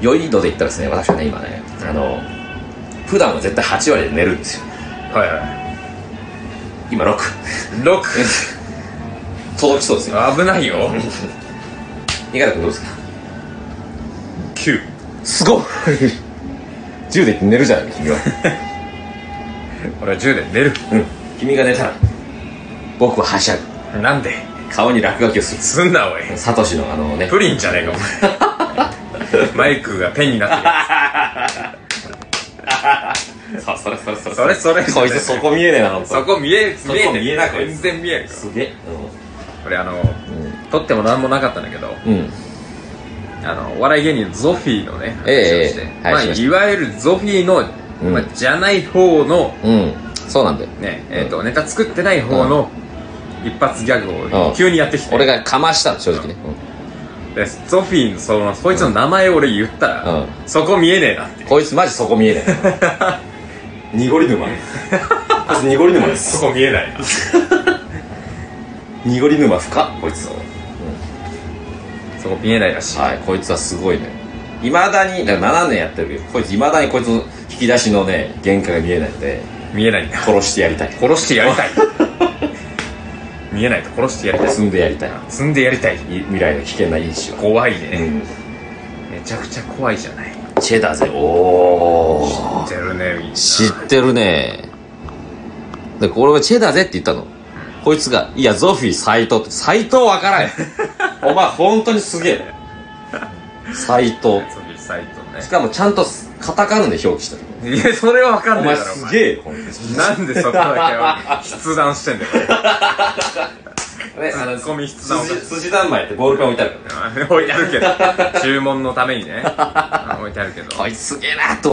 良い度で言ったらですね私はね今ねあの普段は絶対8割で寝るんですよはいは今6い6 届きそうですよ危ないよ二階堂君どうですか9すごい10で寝るじゃない君は俺は10で寝るうん君が寝たら僕ははしゃぐなんで顔に落書きをするすんなおいサトシのあのねプリンじゃねえかお前マイクがペンになってるさそれそれそれそれそれこいつそこ見えねえな本当そこ見えそこ見えて見えないこいつ全然見えるすげえこれあの撮っても何もなかったんだけどうん、うん、あのお笑い芸人のゾフィーのね話をええして、ええはいまあ、しましたいわゆるゾフィーの、うんまあ、じゃない方の、うん、そうなんだよねえーとネタ作ってない方の一発ギャグうをん急にやってきて、俺がかましたの正直ね、でゾフィーのそのそいつの名前を俺言ったら、うんそこ見えねえなってうんこいつマジそこ見えねえ 濁り沼こいつ濁り沼でそこ見えないな濁り沼深っこいつそこ見えないらしい、はいこいつはすごいねいまだにだから7年やってるけどこいついまだにこいつの引き出しのね原価が見えないので見えないんだ殺してやりたい殺してやりたい見えないと殺してやりたい積んでやりたい積んでやりたいい未来の危険な因子を、怖いうんね、めちゃくちゃ怖いじゃないチェだぜおお知ってるねみんな知ってるねで俺がチェだぜって言ったのこいつが「いやゾフィー斎藤」って斎藤わからんお前本当にすげえ斎藤ゾフィーサイトねしかもちゃんとカタカナで表記したのいや、それはわかんおな前いだろ、すげえよ本当にお前なんでそこだけは筆談してんだよ、 ね、あの、ツッコミ筆談を筋筋三昧ってボールペン置いてあるか置いてあるけど。注文のためにね。置いてあるけどら。。こいつすげえなと